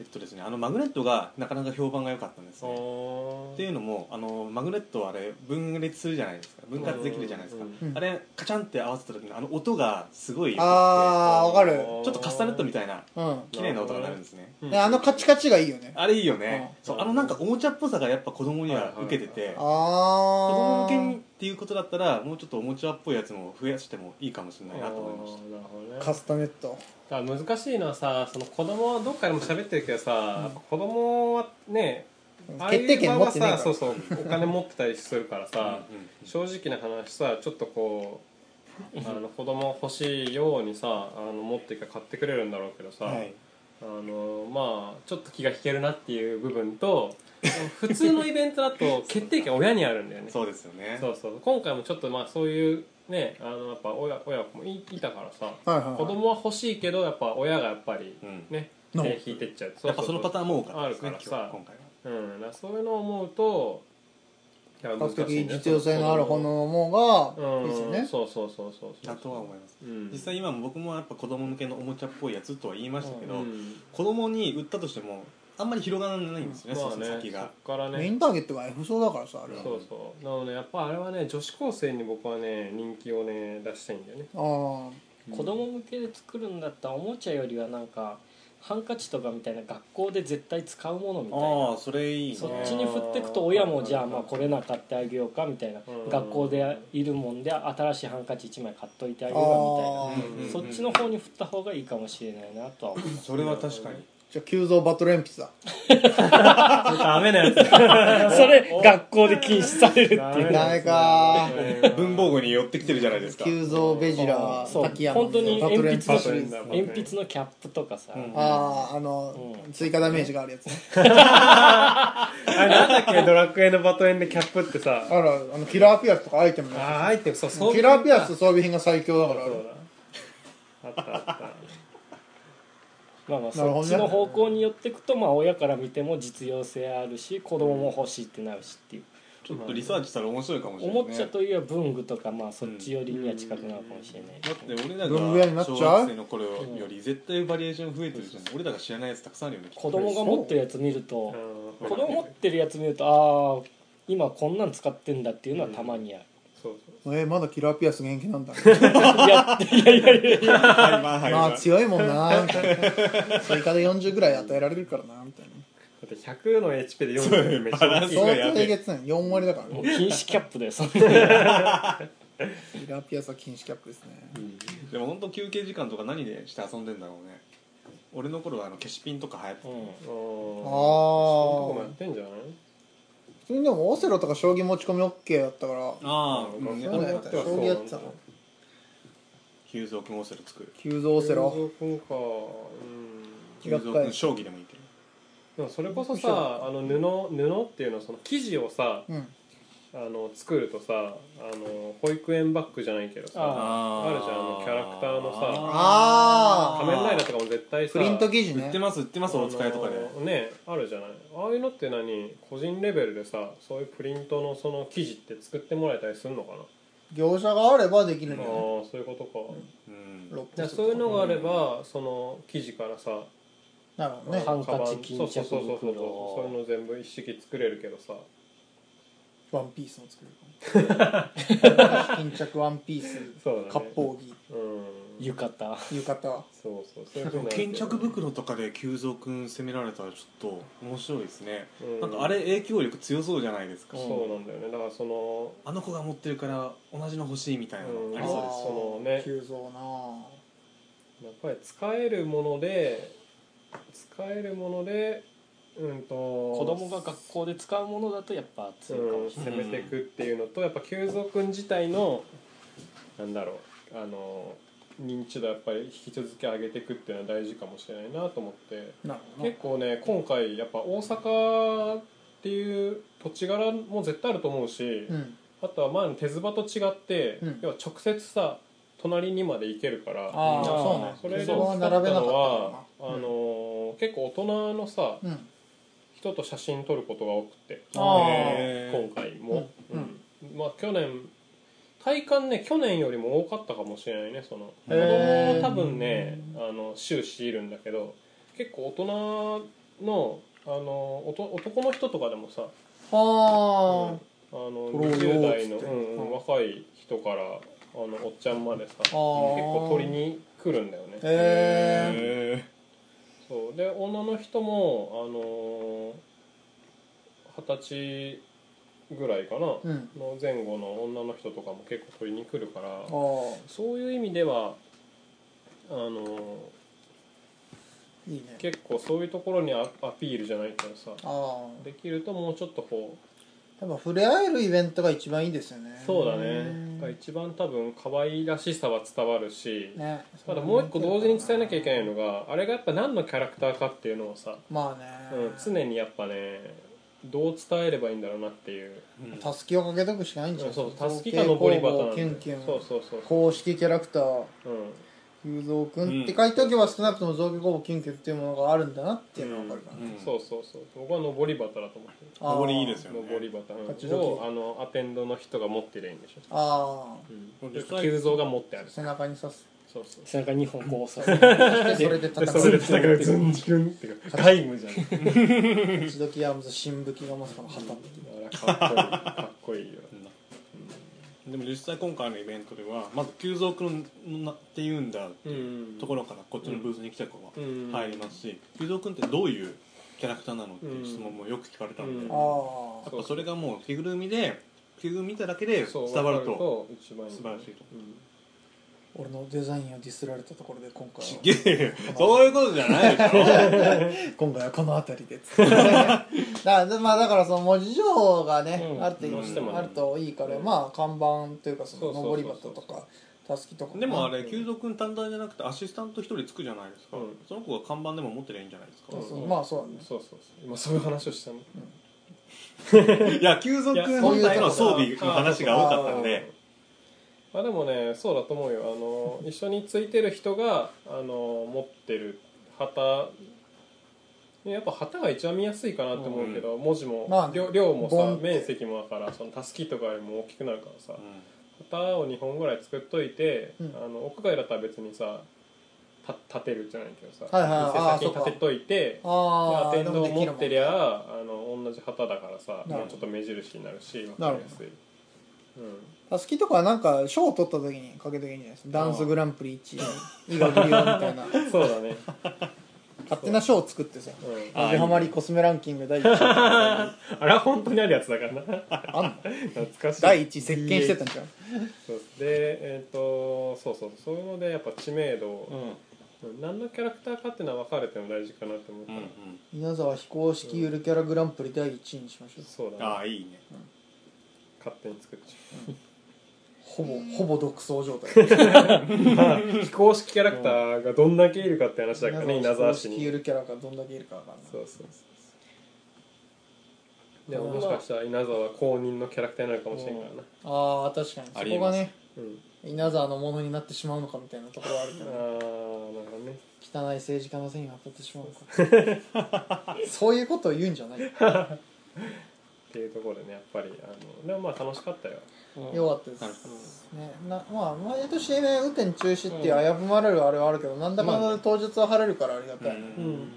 B: えっとですねあのマグネットがなかなか評判が良かったんですね
C: っ
B: っていうのもあのマグネットはあれ分裂するじゃないですか分割できるじゃないですか
A: うん
B: あれカチャンって合わせた時のあの音がすごい良くて
A: あーわかる
B: ちょっとカスタネットみたいな
A: う
B: 綺麗な音が鳴るんですね
A: んねあのカチカチがいいよね
B: あれいいよね
A: う
B: そうあのなんかおもちゃっぽさがやっぱ子供には受けてて
A: あ
B: 子供
A: あ
B: 向けにっていうことだったらもうちょっとおもちゃっぽいやつも増やしてもいいかもしれないなと思いました
C: なるほどね
A: カスタネット
C: だから難しいのはさその子供はどっかでも喋ってるけどさ、やっぱ子供はねああい
A: 決定
C: う
A: 権
C: 場
A: 持
C: は
A: ってない
C: さ
A: か
C: そ
A: ら
C: うそうお金持ってたりするからさ
B: うんうん
C: 正直な話さちょっとこ
A: [laughs]
C: うあの子供欲しいようにさあの持ってきゃ買ってくれるんだろうけどさ、
B: はい
C: あのまあちょっと気が引けるなっていう部分と普通のイベントだと決定権親にあるんだよ
A: [laughs]
C: ね
B: そうですよね
C: そうそう今回もちょっとまあそういうねあのやっぱ親親子もいいたからさ
A: はいはいはい
C: 子供は欲しいけどやっぱ親がやっぱり
B: うん
C: ね、
A: ノー
C: 手引いてっちゃう
B: やっぱそのパターンも多かったですね
C: あるからさ
B: 今日今回は
C: ーン、うん、だからそういうのを思うといや
A: 比較的
C: ね
A: 実用性のある方のも
C: う
A: がいい
C: ん
A: ですよね
C: そうそうそうそうそう
B: だとは思います
C: うん、
B: 実際今も僕もやっぱ子供向けのおもちゃっぽいやつとは言いましたけ
C: う
B: ど、
C: ん
B: 子供に売ったとしてもあんまり広がらないんですよね、
C: まあ
B: その
C: ね
B: 先が
C: そっから
A: メイ
C: ね
A: ンターゲットが F 層だからさあれは
C: そうそうなのでやっぱあれはね女子高生に僕はね人気をね出したいんだよね
A: あ
D: 子供向けで作るんだったらおもちゃよりはなんかハンカチとかみたいな学校で絶対使うものみたいな
B: ああそれいいね
D: そっちに振っていくと親もじゃあまあこれな買ってあげようかみたいな
C: うん
D: 学校でいるもんで新しいハンカチ1枚買っといてあ
A: あ
D: げるわ
A: ああ
B: みたいな
D: みたい
B: ー
D: なそっちの方に振った方がいいかもしれないなとは思う
B: それは確かに
A: じゃあ急増バトル鉛筆だ
C: それダメなやつ
D: それ学校で禁止されるっていう
A: ダメか
B: [laughs] 文房具に寄ってきてるじゃないですか
A: 急増ベジラ
D: そう
A: 滝山
D: 本当に
A: バト
D: 鉛
A: ル鉛筆
D: 筆の
C: バトルエンド
D: 鉛筆のキャップとかさ、
B: うん
A: あああの
D: う
A: 追加ダメージがあるやつね
C: あれなんだっけドラクエのバトエンでキャップってさ
A: [laughs] あらあのキラーピアスとかアイテムの
C: あ
A: や
C: あアイテムそうそ
A: つ
C: う
A: キラーピアス装備品が最強だから
C: そうだあったあった
D: まあまあ
A: なるほ
D: そ
A: ど
D: っ
A: ね
D: ちの方向に寄っていくとまあ親から見ても実用性あるし子供も欲しいってなるしっていう
B: ちょっとリサーチしたら面白いかもしれない、
D: お
B: ね、
D: もちゃというよりは文具とかまあそっち寄りには近くなるかもしれ
B: だ
D: な
B: っ
D: い、
B: て俺ら
A: 文具屋にな
B: が
A: っちゃう
B: 小学生の頃より絶対バリエーション増えてるじゃん俺らが知らないやつたくさんあるよね
D: 子供が持ってるやつ見ると
C: う
D: 子
C: ん
D: 供持ってるやつ見るとああ今こんなん使ってんだっていうのはたまにある、
C: そう
A: えーまだキラーピアス元気なんだ
D: いやいやいやいやいや
B: はいまあはい
A: ま
B: ま
A: あ
B: あ
A: 強いもんなみたいな追加で40ぐらい与えられるからなみたいな
C: そうって100の HP で40ってめっち
B: バラ
C: ゃ
B: ンス
A: 相
B: が
A: 当
B: やべ
A: え
B: え
A: げつない4割だから
D: も
A: ね
D: う禁止キャップでそんな
A: リラピアスは禁止キャップですね
B: でも本当休憩時間とか何でして遊んでんだろうね俺の頃はあの消しピンとか流行ってた、
D: うん
C: あー
A: あ
C: そういうとこもや
A: あ
C: ってんじゃない
A: 普通にでもオセロとか将棋持ち込み OK だったから
B: ああ、う
C: なんん
B: ね、
C: か
A: そうだ
B: や
A: よ
B: っ
C: 本
B: た
C: 当は
A: 将棋やってたの
B: ヒューズオ君オセロ作る
A: 急増オセロ
C: そうそうかうん
B: ヒューズオ君将棋でもいいけど
C: でもそれこそさあの布布っていうのその生地をさ
A: うん
C: あの作るとさあの保育園バッグじゃないけどさ
B: あ
C: あるじゃんあのキャラクターのさ
A: あー
C: 仮面ライダーとかも絶対さ
A: プリント生地
B: 売っ
A: ね
B: てます売ってますお使いとかで
C: あのねあるじゃないああいうのって何個人レベルでさそういうプリントのその生地って作ってもらえたりするのかな、
A: 業者があればできる
C: ああ
A: の
C: そういうことか,、
B: うん
A: よ
C: じゃあそういうのがあれば、その生地からさ
A: なるほどね
D: ハンカチ
C: カバン
D: 巾着
C: そうそうそうそうそう
D: 袋
C: そういうの全部一式作れるけどさ
A: ワンピースも作れるかも
C: [laughs]
A: 巾着ワンピース
C: そうだね
A: 割烹着
C: うん
D: 浴衣
A: 浴衣
C: そうそうそういうふうな
B: 巾着袋とかで久蔵君攻められたらちょっと面白いですね、
C: うん
B: なんかあれ影響力強そうじゃないですか、
C: そうなんだよねだからその
B: あの子が持ってるから同じの欲しいみたいなのありそうです
C: そのね
A: 急増なあ
C: やっぱり使えるもので使えるものでうんと
D: 子
C: 子
D: 供が学校で使うものだとやっぱ強いかもし
C: 攻めていくっていうのとやっぱ久蔵君自体のなんだろうあの認知度やっぱり引き続き上げていくっていうのは大事かもしれないなと思って
A: なるほどな
C: 結構ね今回やっぱ大阪っていう土地柄も絶対あると思うし、
A: うん
C: あとは前の手唾と違って、
A: うん
C: 要は直接さ隣にまで行けるから
A: ああそうね
C: それで
A: そ
C: 大
A: こは
C: きかった
A: 並べなかっ
C: のは
A: た
C: あ
A: からな
C: のー結構大人のさ、
A: うんうん
C: 人と写真撮ることが多くて
A: あー
C: えー今回も、
A: うん
C: うんまあ去年体感ね去年よりも多かったかもしれないねその子供
A: へー
C: も多分ねあの終始いるんだけど結構大人のあのおと男の人とかでもさ
A: はあ
C: あの
A: 撮ろうよ
C: 20代の、
A: つって
C: うんうん若い人からあのおっちゃんまでさ結
A: ー
C: 構撮りに来るんだよね
A: へえ
B: へ
C: そうで女の人もあのー二、十歳ぐらいかな、
A: うん
C: の前後の女の人とかも結構取りに来るから
A: ああ
C: そういう意味ではあのー
A: いいね
C: 結構そういうところにアアピールじゃないけどさ
A: ああ
C: できるともうちょっとこ
A: 多分触れ合えるイベントが一番いいですよね
C: うそうだ
A: うん
C: ねが一番多分可愛らしさは伝わるし
A: ね
C: ただもう一個同時に伝えなきゃいけないのがあれがやっぱ何のキャラクターかっていうのをさ、
A: まあ
C: うん
A: ね、
C: 常にやっぱねどう伝えればいいんだろうなっていう
B: ー
A: たすきをかけとくしかないんじゃない
C: そうたすきか上りバタ
A: 造形工房キュンキュン
C: そうそうそう
A: 公式キャラクター
C: う、うん、
A: 雄三くんって書いておけば少なくとも造形工房キュンキュンっていうものがあるんだなっていうのが分かるからね、
B: うん
C: そうそうそう僕は上りバタだと思ってる
A: あー
B: 上りいいですよね
C: 上りバタうん
A: 勝ち時
C: をあのアテンドの人が持ってりゃいいんでし
A: あ
C: ょ、うん、急増が持ってある
A: あ背中に刺す
C: そうそう
D: 背中2本こうさ
A: でそれで
C: で
A: 戦
C: それで
A: う
C: 戦うズンジュンっていうか外務じゃん
A: 勝どきやむず新武器がまさかの旗っていう
C: あらかっこいいかっこいいよ
B: でも実際今回のイベントではまず久蔵君のって言うんだ
C: うん
B: ところからこっちのブースに来た子が
C: うん
B: 入りますし久蔵君ってどういうキャラクターなのっていう質問もよく聞かれたので、
C: うん
B: やっ
A: ああ
B: ぱそれがもう着ぐるみで着ぐるみ見ただけで
C: そう
B: 伝わる
C: わか
B: と
C: 一番いい
B: 素晴らしいと
C: う
A: 俺のデザインをディスられたところで今回
B: い
A: は
B: やいや [laughs] そういうことじゃないでしょ [laughs]
A: 今回はこの辺りでつってだからまあだからその文字情報がね、
D: うん
A: あるといい
C: どうしてもね
A: あるといいから、
C: うん
A: まあ看板というかそ
C: そう
A: の
C: そ
A: 上
C: う
A: り
C: そう
A: 旗
C: そう
A: とかたすきとか
B: でもあれ久蔵君単体じゃなくてアシスタント一人つくじゃないですか、
C: うん
B: その子が看板でも持ってりゃいいんじゃないですか
A: そう、そう
C: うん
A: まあそうだね
C: んそうそうそう今そういう話をしたの
B: いや久蔵君本体の装備の話が多かったんで
C: まあでもねそうだと思うよ [laughs] あの一緒についてる人があの持ってる旗ねやっぱ旗が一番見やすいかなと思うけど、文字も、
A: まあね
C: 量量も
A: ボンっ
C: さ
A: て
C: 面積もだからそのたすきとかよりも大きくなるからさ旗を2本ぐらい作っといて、
A: うん
C: あの屋外だったら別にさた立てるじゃないけどさ、
A: はいはいはいあー
C: 店先に立てといてで
A: あ
C: ア
A: あ
C: テンドを持ってり
A: ゃ
C: ゃあの同じ旗だから
A: なる
C: さ
A: ほど
C: もうちょっと目印になるし分
A: な
C: か
A: る
C: り
A: ほど
C: やすい、うん、
A: たすきとかはなんか賞を取った時にかけときゃいいんじゃないですかダンスグランプリ1位伊賀栗尾みたいな
C: そうだね
A: 勝手な賞を作って
C: [laughs]
A: さ
C: うん
A: 「
B: あ
A: ベハマリコスメランキング第1位
C: [laughs] あれは本当にあるやつだからな
A: あんの
C: 懐かしい
A: 第1位席巻してたんじゃん
C: そうでえっ、とそうそうそういうのでやっぱ知名度
B: う
C: を、
B: ん
C: 何のキャラクターかっていうのは分かるっていうのが大事かなって思った、
B: うんうん
A: 稲沢非公式ゆるキャラグランプリ第1位にしましょう
C: そうだ、ね、
B: ああいいね
C: 勝手に作っちゃ
A: ほぼほぼ独走状態
C: う、まあ、非公式キャラクターがどんだけいるかって話だからね稲沢
A: 非
C: 市
A: 公式ゆ
C: に
A: るキャラがどんだけいるかわかんない
C: そうそうそうそうでももしかしたら稲沢は公認のキャラクターになるかもしれんからな
A: あー確かに
B: あ
A: そ
B: りえ
A: こ
B: ま
A: が
B: す
A: ね
C: うん
A: 稲沢のものになってしまうのかみたいなところはあるけ
C: ああ
A: ど
C: なるほどね
A: 汚い政治家の背に当たってしまうのか [laughs] そういうことを言うんじゃないよ
C: っていうところでねやっぱりあのでもまあ楽しかったよ
A: かったで
B: なる
A: すね、なまあ毎年ね雨天中止っていう危ぶまれるあれはあるけど、なんだかんだで当日は晴れるからありがたい、
B: うん
C: うん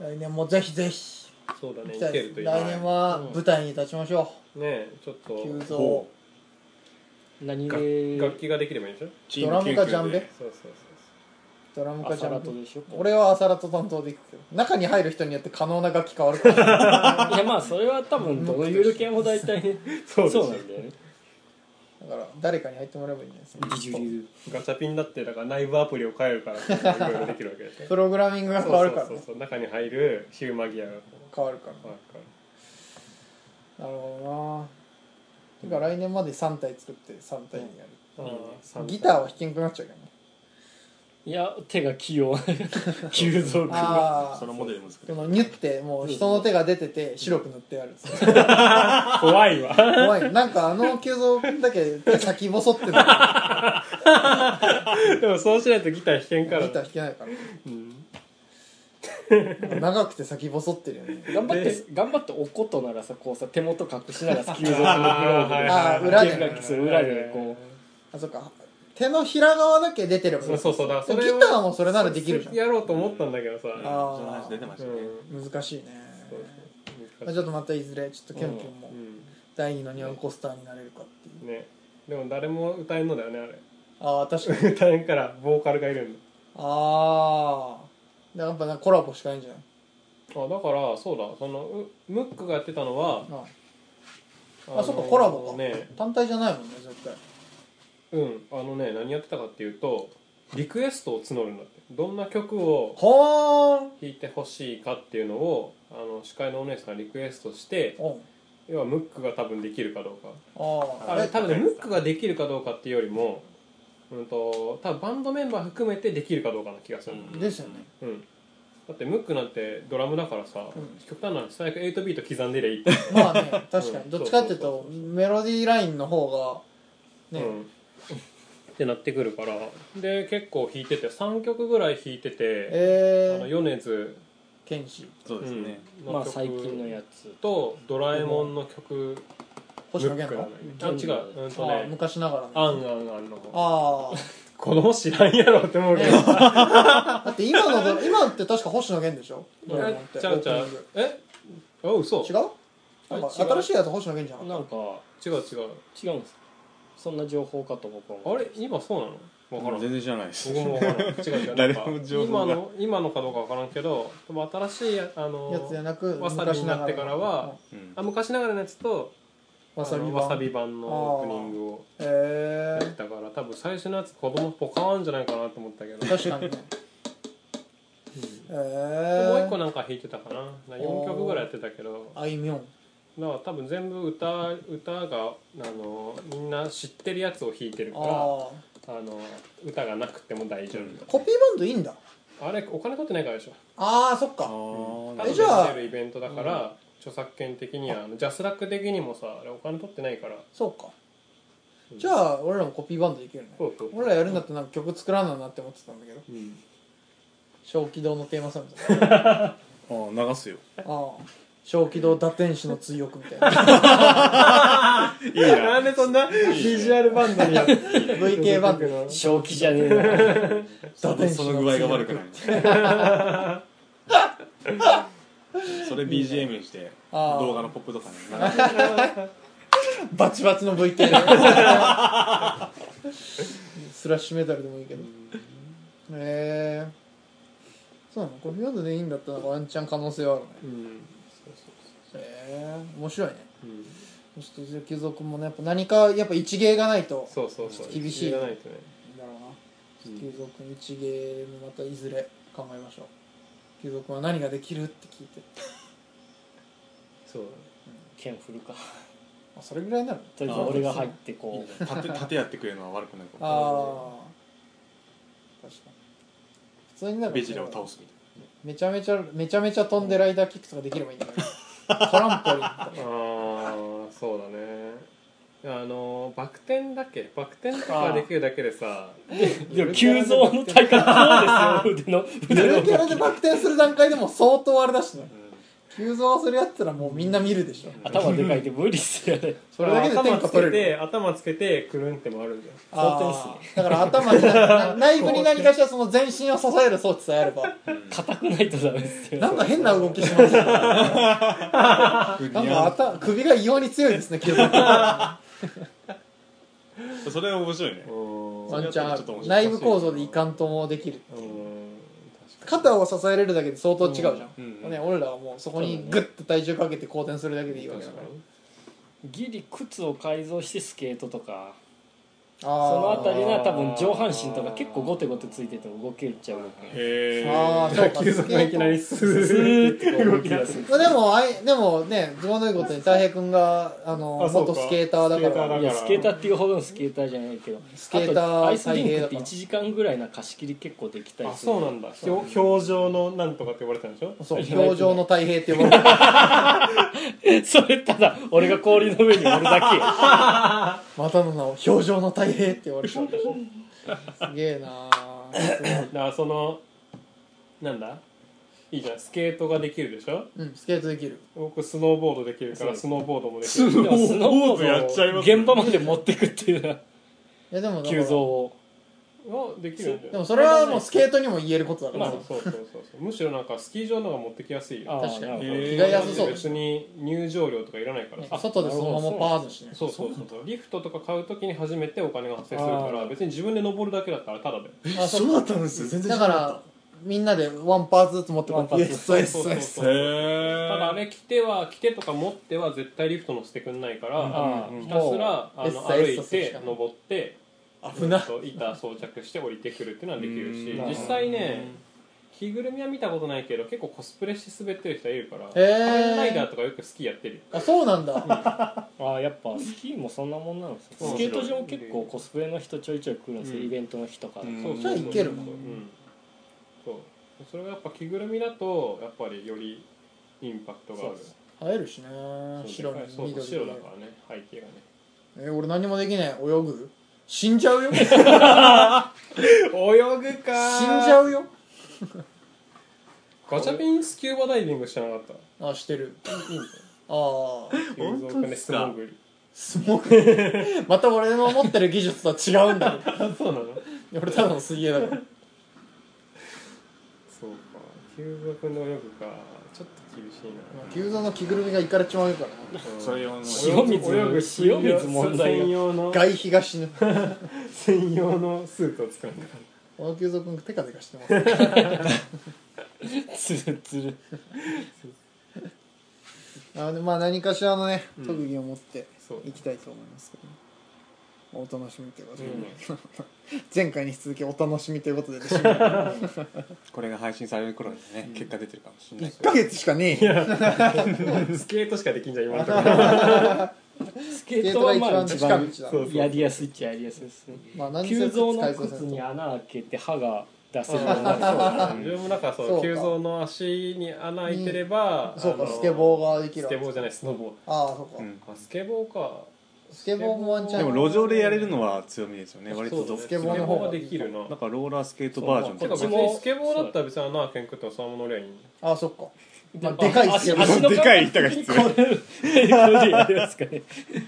A: 来年もぜひぜひ
C: そうだね
A: 行きたい
C: 行け
A: で
C: ると
A: す
C: いい
A: 来
C: ね
A: 年は舞台に立ちましょ
C: ねちょっと
A: う急
B: ほ
A: 増
D: 何
C: 楽
D: で
C: 楽器ができればいいんでしょ
B: チー
A: ドラ
B: ム
A: ム
B: 救
A: か
B: 急
A: ジャンベ
B: で
C: そうそうそう
A: ドラムか
D: ア
A: ジャ
D: サ
A: ン
D: ラ
A: プ
D: トでしょ
A: 俺はアサラと担当で行くけど中に入る人によって可能な楽器変わるから
C: [laughs]
D: いやまあそれは多分どのゆるキャラも大体ね
C: そうです
D: そ
C: よ
D: うなんだよね
A: だから誰かに入ってもらえばいいんじゃないですか
D: 自重流
C: そうガチャピンだってだから内部アプリを変えるからいろいろできるわ
A: [laughs]
C: けでしょ
A: プログラミングが変わるから
C: そうそう
A: ね
C: そうそう中に入るヒューマギアが
A: 変わるからね
C: 変わるから
A: なるほどなてか来年まで3体作って3体にやる、
C: あ
A: ギターは弾けんくなっちゃうけどね
D: いや手が器用急増君が
A: あ
B: そのモデルも作
A: こ
B: る
A: のニュってもう人の手が出てて白く塗ってあるんですよ
C: ー怖いわ
A: 怖いなんかあの急増だけ手先細ってるギタ
C: でもそうしないとギター弾けんから
A: ー弾けないから
C: うん
A: 長くて先細ってるよね
D: 頑張って頑張っておことならさこうさ手元隠しながら急増君のグローブで
A: ああ裏
D: ゲームラ
A: で
D: ッキーする裏でこ
A: あそっか手のひら側だけ出てればいい
C: そうそうそうだから
A: ギ
C: それを
A: ターもそれならできるじゃん
C: やろうと思ったんだけどさ
A: あー
B: その話出てまし
C: う
B: た
C: ん
B: ね
A: 難しいね
C: そう
A: まあちょっとまたいずれちょっとキュンキュンも
C: う
A: 第二のニュアンコスターになれるかっていうん
C: ねでも誰も歌えんのだよねあ
A: ああ確かに
C: [laughs] れ歌えんからボーカルがいるんだ
A: ああやっぱなコラボしかないんじゃない
C: あだからそうだそのうムックがやってたのは
A: あ
C: あ
A: あそっかコラボか
C: ね
A: 単体じゃないもんね絶対
C: うんあのね何やってたかっていうとリクエストを募るんだってどんな曲を
A: ほーん
C: 弾いてほしいかっていうのをあの司会のお姉さんがリクエストして
A: おん
C: 要はムックが多分できるかどうか
A: あ
C: あ
A: あ
C: れ
A: え
C: 多分ねムックができるかどうかっていうよりもうんと多分バンドメンバー含めてできるかどうかな気がする
B: うん
A: ですよね
C: うん、だってムックなんてドラムだからさ、
A: うん
C: 極端な話最悪8ビート刻んでりゃいいって、
A: まあね確か
C: う
A: に
C: ん
A: どっちかっていうとメロディーラインの方がね、
C: うんってなってくるからで結構弾いてて3曲ぐらい弾いてて、あの
A: えー、
C: 米津
A: 剣士
B: そうですね
C: う
D: うんまあ最近のやつ
C: と「ドラえもん」の曲
A: 星野源
C: ムッ
A: の
C: クがねあ違ううんと
A: ああ
C: ね
A: 昔ながら
C: 「
A: の
C: あんあんあん」の方
A: あ
C: 子供知らんやろって思うけど、
A: あだって今の
C: [laughs]
A: ドラ今って確か星野源でしょドラえもんって
C: えちゃうちゃ
A: オープニング
C: うえあ嘘
A: 違うなんか
D: あ違う
A: 新しいやつ星野源じゃなかっ
D: なんか
C: 違う違う
D: 違うんですそんな情報かと僕は思
C: あ
D: う
C: れ今そうなのわからん
B: 全然知らないです
C: 僕もわからん違う違う
B: 誰
C: なんか
B: も情
C: 今
B: 報が
C: の今のかどうかわからんけどでも新しいやあ
A: た
C: の
A: やつじゃなく
C: わさび
A: 昔
C: に
A: な
C: な
A: が
C: っ
A: ら
C: てからは
B: うん
C: あ昔ながらのやつと
A: わさび
C: あ
A: 版
C: のわさび版のオープニングを
A: え
C: やっ
A: ー
C: てたから多分最初のやつ子供ポカーンじゃないかなと思ったけど
A: 確かにねえ
C: でもう一
A: ー
C: 個なんか弾いてたかな4曲ぐらいやってたけど
A: あいみょん
C: だから多分全部歌歌があのみんな知ってるやつを弾いてるから
A: ああ
C: あの歌がなくても大丈夫
A: コピーバンドいいんだ
C: あれお金取ってないからでしょ
A: ああそっ
B: あ
A: か
B: ー
C: あ
A: え
C: と
A: じゃあ
C: 出るイベントだから、著作権的にはあのジャスラック的にもさあれお金取ってないから
A: そうか
C: うん
A: じゃあ俺らもコピーバンドできるね
C: そうそう
A: 俺らやるんだったらなんか曲作らんのなって思ってたんだけど
C: うん
A: 小気道のテーマソングあ
B: あー流すよ
A: あ小気道打天使の追憶みたい
C: [laughs]
A: な
B: いいな
C: なんでそんなビジュアルバンドにやって
A: VK バンド
D: [laughs]
C: の
D: 正気じゃねえな
B: そのその具合が悪くないそれ BGM にして
A: あー
B: 動画のポップとかに流して
A: バチバチの [laughs] VK スラッシュメタルでもいいけどへえそうなのコフィーハンドでいいんだったらワンチャン可能性はあるね
C: うん
A: へえ面白いね
C: うん
A: そして貴族もねやっぱ何かやっぱ一芸がないと
C: そうそうそう
A: 厳しい
C: じゃないとね
A: なんだろうな貴族一芸もまたいずれ考えましょう貴族は何ができるって聞いて
C: そうだね
D: 剣振るか
A: あそれぐらいなの
D: とりあえず俺が入ってこう
B: 立て立てやってくれるのは悪くないかも
A: ああ確かに普通になんか
B: ベジータを倒すみたい
A: めちゃめちゃめちゃめちゃ飛んでライダーキックとかできればいいんだけどトランポリンとか
C: ああそうだねあのバク転だっけバク転とかできるだけでさ
D: でも急増の体格そうですよ
A: [laughs] ゆ
D: 腕の
A: るキャ
D: 腕の
A: ラでバク転する段階でも相当あれだしね
B: な、
A: 急増するやつらもうみんな見るでしょ
D: 頭でかいって無理っすよね
A: それだけで天
C: 頭
A: 下取
C: つけ
A: れ
C: て
A: る
C: 頭つけてくるんってもあるんだよ
D: 相当
A: あーだから頭にな内部に何かしらその全身を支える装置さえあれば
D: 硬くないとダメっすよ
A: なんか変な動きしますね
B: うん
A: なんか頭首が異様に強いですね急増
B: それは面白いね
C: う、ん
A: ワンチャンあ
B: ちょっと面白
A: る
B: い
A: 内部構造でいかんともできる
C: うん
A: 肩を支えれるだけで相当違うじゃん、
B: うんうん
A: ね、俺らはもうそこにグッと体重かけて後転するだけでいいわけだから
D: ギリ靴を改造してスケートとか
A: そ
D: そのあたり
A: な
D: が多分上半身とか結構ゴテゴテついてても動けちゃう
B: [laughs] へえ
A: ああそうか
C: 急速がいきなりスーッて動き出す
A: まあ、でもあいでもね都合のいいことにたい平君があの
C: あそうか
A: 元スケーターだ
C: スケータ
A: か
C: ーだ
A: ら
D: いやスケーターっていうほどのスケーターじゃないけど
A: スケーター
D: あとアイスリンクっ
A: 大
D: て
A: 平
D: 1時間ぐらいな貸し切り結構できたり
C: あ
D: する
C: そうなんだ表表情のなんとかって呼ばれてたんでしょ
A: そう表情のたい平って呼ばれ
C: [laughs]
A: る
D: それただ俺が氷の上に乗るだ
A: またの名を表情のたい平って呼ばれてたんだしすげえなあ
C: だからそのなんだいいじゃんスケートができるでしょ
A: うんスケートできる
C: 僕スノーボードできるから
D: そう
C: スノーボードもでき
D: け
C: る
D: でもスノーボ
B: ボードやっちゃい
D: ードを
B: ますね
D: 現場まで持ってくっていうのはい
A: やでもだか
D: 急
A: ら
D: 増を
C: あできるんだよ
A: でもそれはもうスケートにも言えることだか
C: ま
A: ら
C: あ
A: さ、
C: そうそうそうそうむしろなんかスキー場の方が持ってきやすいよ
D: ああ
A: 確かに
D: なるほど
B: へ
A: 気が安そう
C: 別に入場料とかいらないから
A: ね
C: さ
A: 外でそのままパーズしね
C: そうそうそうそうリフトとか買うときに初めてお金が発生するか
D: あ
C: ら
D: ー
C: 別に自分で登るだけだったらただで
A: あそ
E: そうだったんですよ全然
A: だ
E: 知
A: から
E: な
A: らみんなでワンパーずつ持ってこ
D: ワンパ
A: イ
D: ー
A: エ
D: ツ
A: スイエス
C: そう
A: イ
C: そう
A: エス
C: そう
B: へ
C: ただあれ着ては着てとか持っては絶対リフト乗せてくんないから、
D: んうんうん
C: ひたすらあ
A: もうエ
C: の
A: ッサエッサ
C: 歩い
A: するしか
C: て
A: ない
C: 登って
A: 危な
C: えっと板装着して降りてくるっていうのはできるし
B: うん
C: 実際ね着ぐるみは見たことないけど結構コスプレして滑ってる人いるから
A: へー
C: 仮面ライダーとかよくスキーやってるよ
A: あそうなんだ
D: ああやっぱスキーもそんなもんなのス
C: そう
D: ケート場も結構コスプレの人ちょいちょい来るんですよ、
C: うん
D: イベントの日とかで、 [laughs]
B: うん
C: そう
A: じゃあいけるもん
C: うんそうそれがやっぱ着ぐるみだとやっぱりよりインパクトがある
A: 映えるしね
C: そう
A: 白
C: でかいそう
A: 緑で
C: 白だからね背景がね
A: えー俺何もできない泳ぐ死んじゃうよ [laughs] 死んじ
C: 泳ぐか
A: ゃうよ
C: ガチャピンスキューバダイビングしてなかった
A: あしてる
C: いいんだよ
A: ああ
C: 本当です
B: か
A: スモークまた俺の持ってる技術とは違うん [laughs] だけ
C: あそうなの
A: ど俺ただの水泳だから
C: そうか急速の泳ぐかちょっと厳しいな
A: 牛座の着ぐるみがいかれちまうからな
B: それ用の
D: 塩水
C: 泳ぐ
D: 塩水問題が
C: 専用の
A: 外皮が死ぬこ
C: 専用のスーツを使うんだか
A: の牛座君テカテカしてます [laughs] ね
D: つるつる
A: あのまあ何かしらのね特技を持って
C: そう
A: いきたいと思いますけど、ねお楽しみということで、
C: う
A: 前回に引き続きお楽しみということでで [laughs] 締める
B: これが配信される頃にね、結果出てるかもしれない
A: 1ヶ月しかねえよ
C: らスケートしかできんじゃん今のところ
D: スケートはまあ
A: スケー
D: 一
A: トが
D: 番
A: 一番
C: そ
A: 近道だ
C: うそう
D: やりやすいっちゃやりやすいですね
A: まあ何せ
D: 急増の
A: 使いそうです
D: 靴
A: ね
D: に穴開けて歯が出せるようになる
C: 自 [laughs] 分もなんか
A: そ
C: そう
A: か
C: う急増の足に穴開いてれば
A: そうか
C: あの
A: スケボーができる
C: スケボーじゃないスノボー
A: ああそうか、
B: うん
C: あスケボーか
A: スケボーもワンチャン
B: でも路上でやれるのは強みですよね割と
C: そうだね
B: ど
C: ス
A: ス
C: ケ
A: ケ
C: ボ
A: ボ
C: ー
A: ーの
C: の方
A: 方
C: が
A: が
C: できるな
B: なんかローラースケートバージョン
C: てか
B: と
C: 別
B: か
C: にスケボーだったら別に穴開けんくてもそのまま乗りゃいいんだよ
A: ああそっか、まあ、でかいスケボ
D: 足
A: ー
D: の
B: でかい板が必要
D: これでやりますかね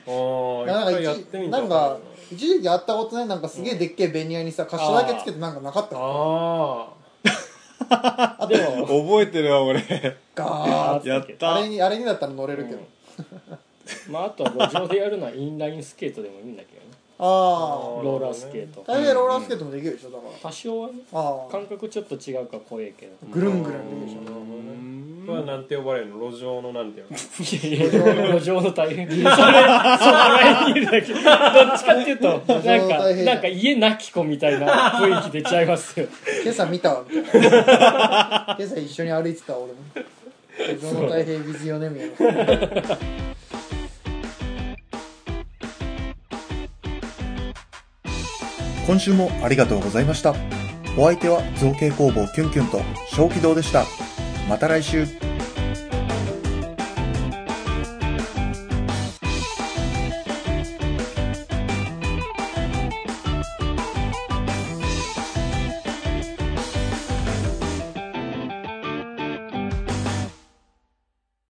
C: ああ
A: なんか
C: 一回
A: 一
C: やってみた
A: なんか一時期やったことないなんかすげえでっけえベニヤにさ滑車だけつけてなんかなかったあ
C: あ
A: あでも
B: 覚えてる
A: [laughs]
B: わ俺
A: ガーッ
B: やった
A: あれにあれにだったら乗れるけど、
D: まああとは路上でやるのはインラインスケートでもいいんだけどね
A: あ
D: ローラースケート
A: あ大体ローラースケートもできるでしょだから
D: 多少はね
A: ああ
D: 感覚ちょっと違うから怖いけど
A: ぐるんぐるんできるでしょ
C: これはなんて呼ばれるの路上のなんて呼ばれる
D: いやいや [laughs] 路上の大 [laughs] 変それそれラインにいるだけどっちかっていうと
A: 路
D: [laughs]
A: 上
D: な
A: の大
D: んか
A: 変
D: なんか家なき子みたいな雰囲気出ちゃいますよ
A: 今朝見たわみ
C: [laughs]
A: たいな今朝一緒に歩いてた俺も「その太平ビズよね」みたいな
F: 今週もありがとうございました。お相手は造形工房キュンキュンと小気道でした。また来週。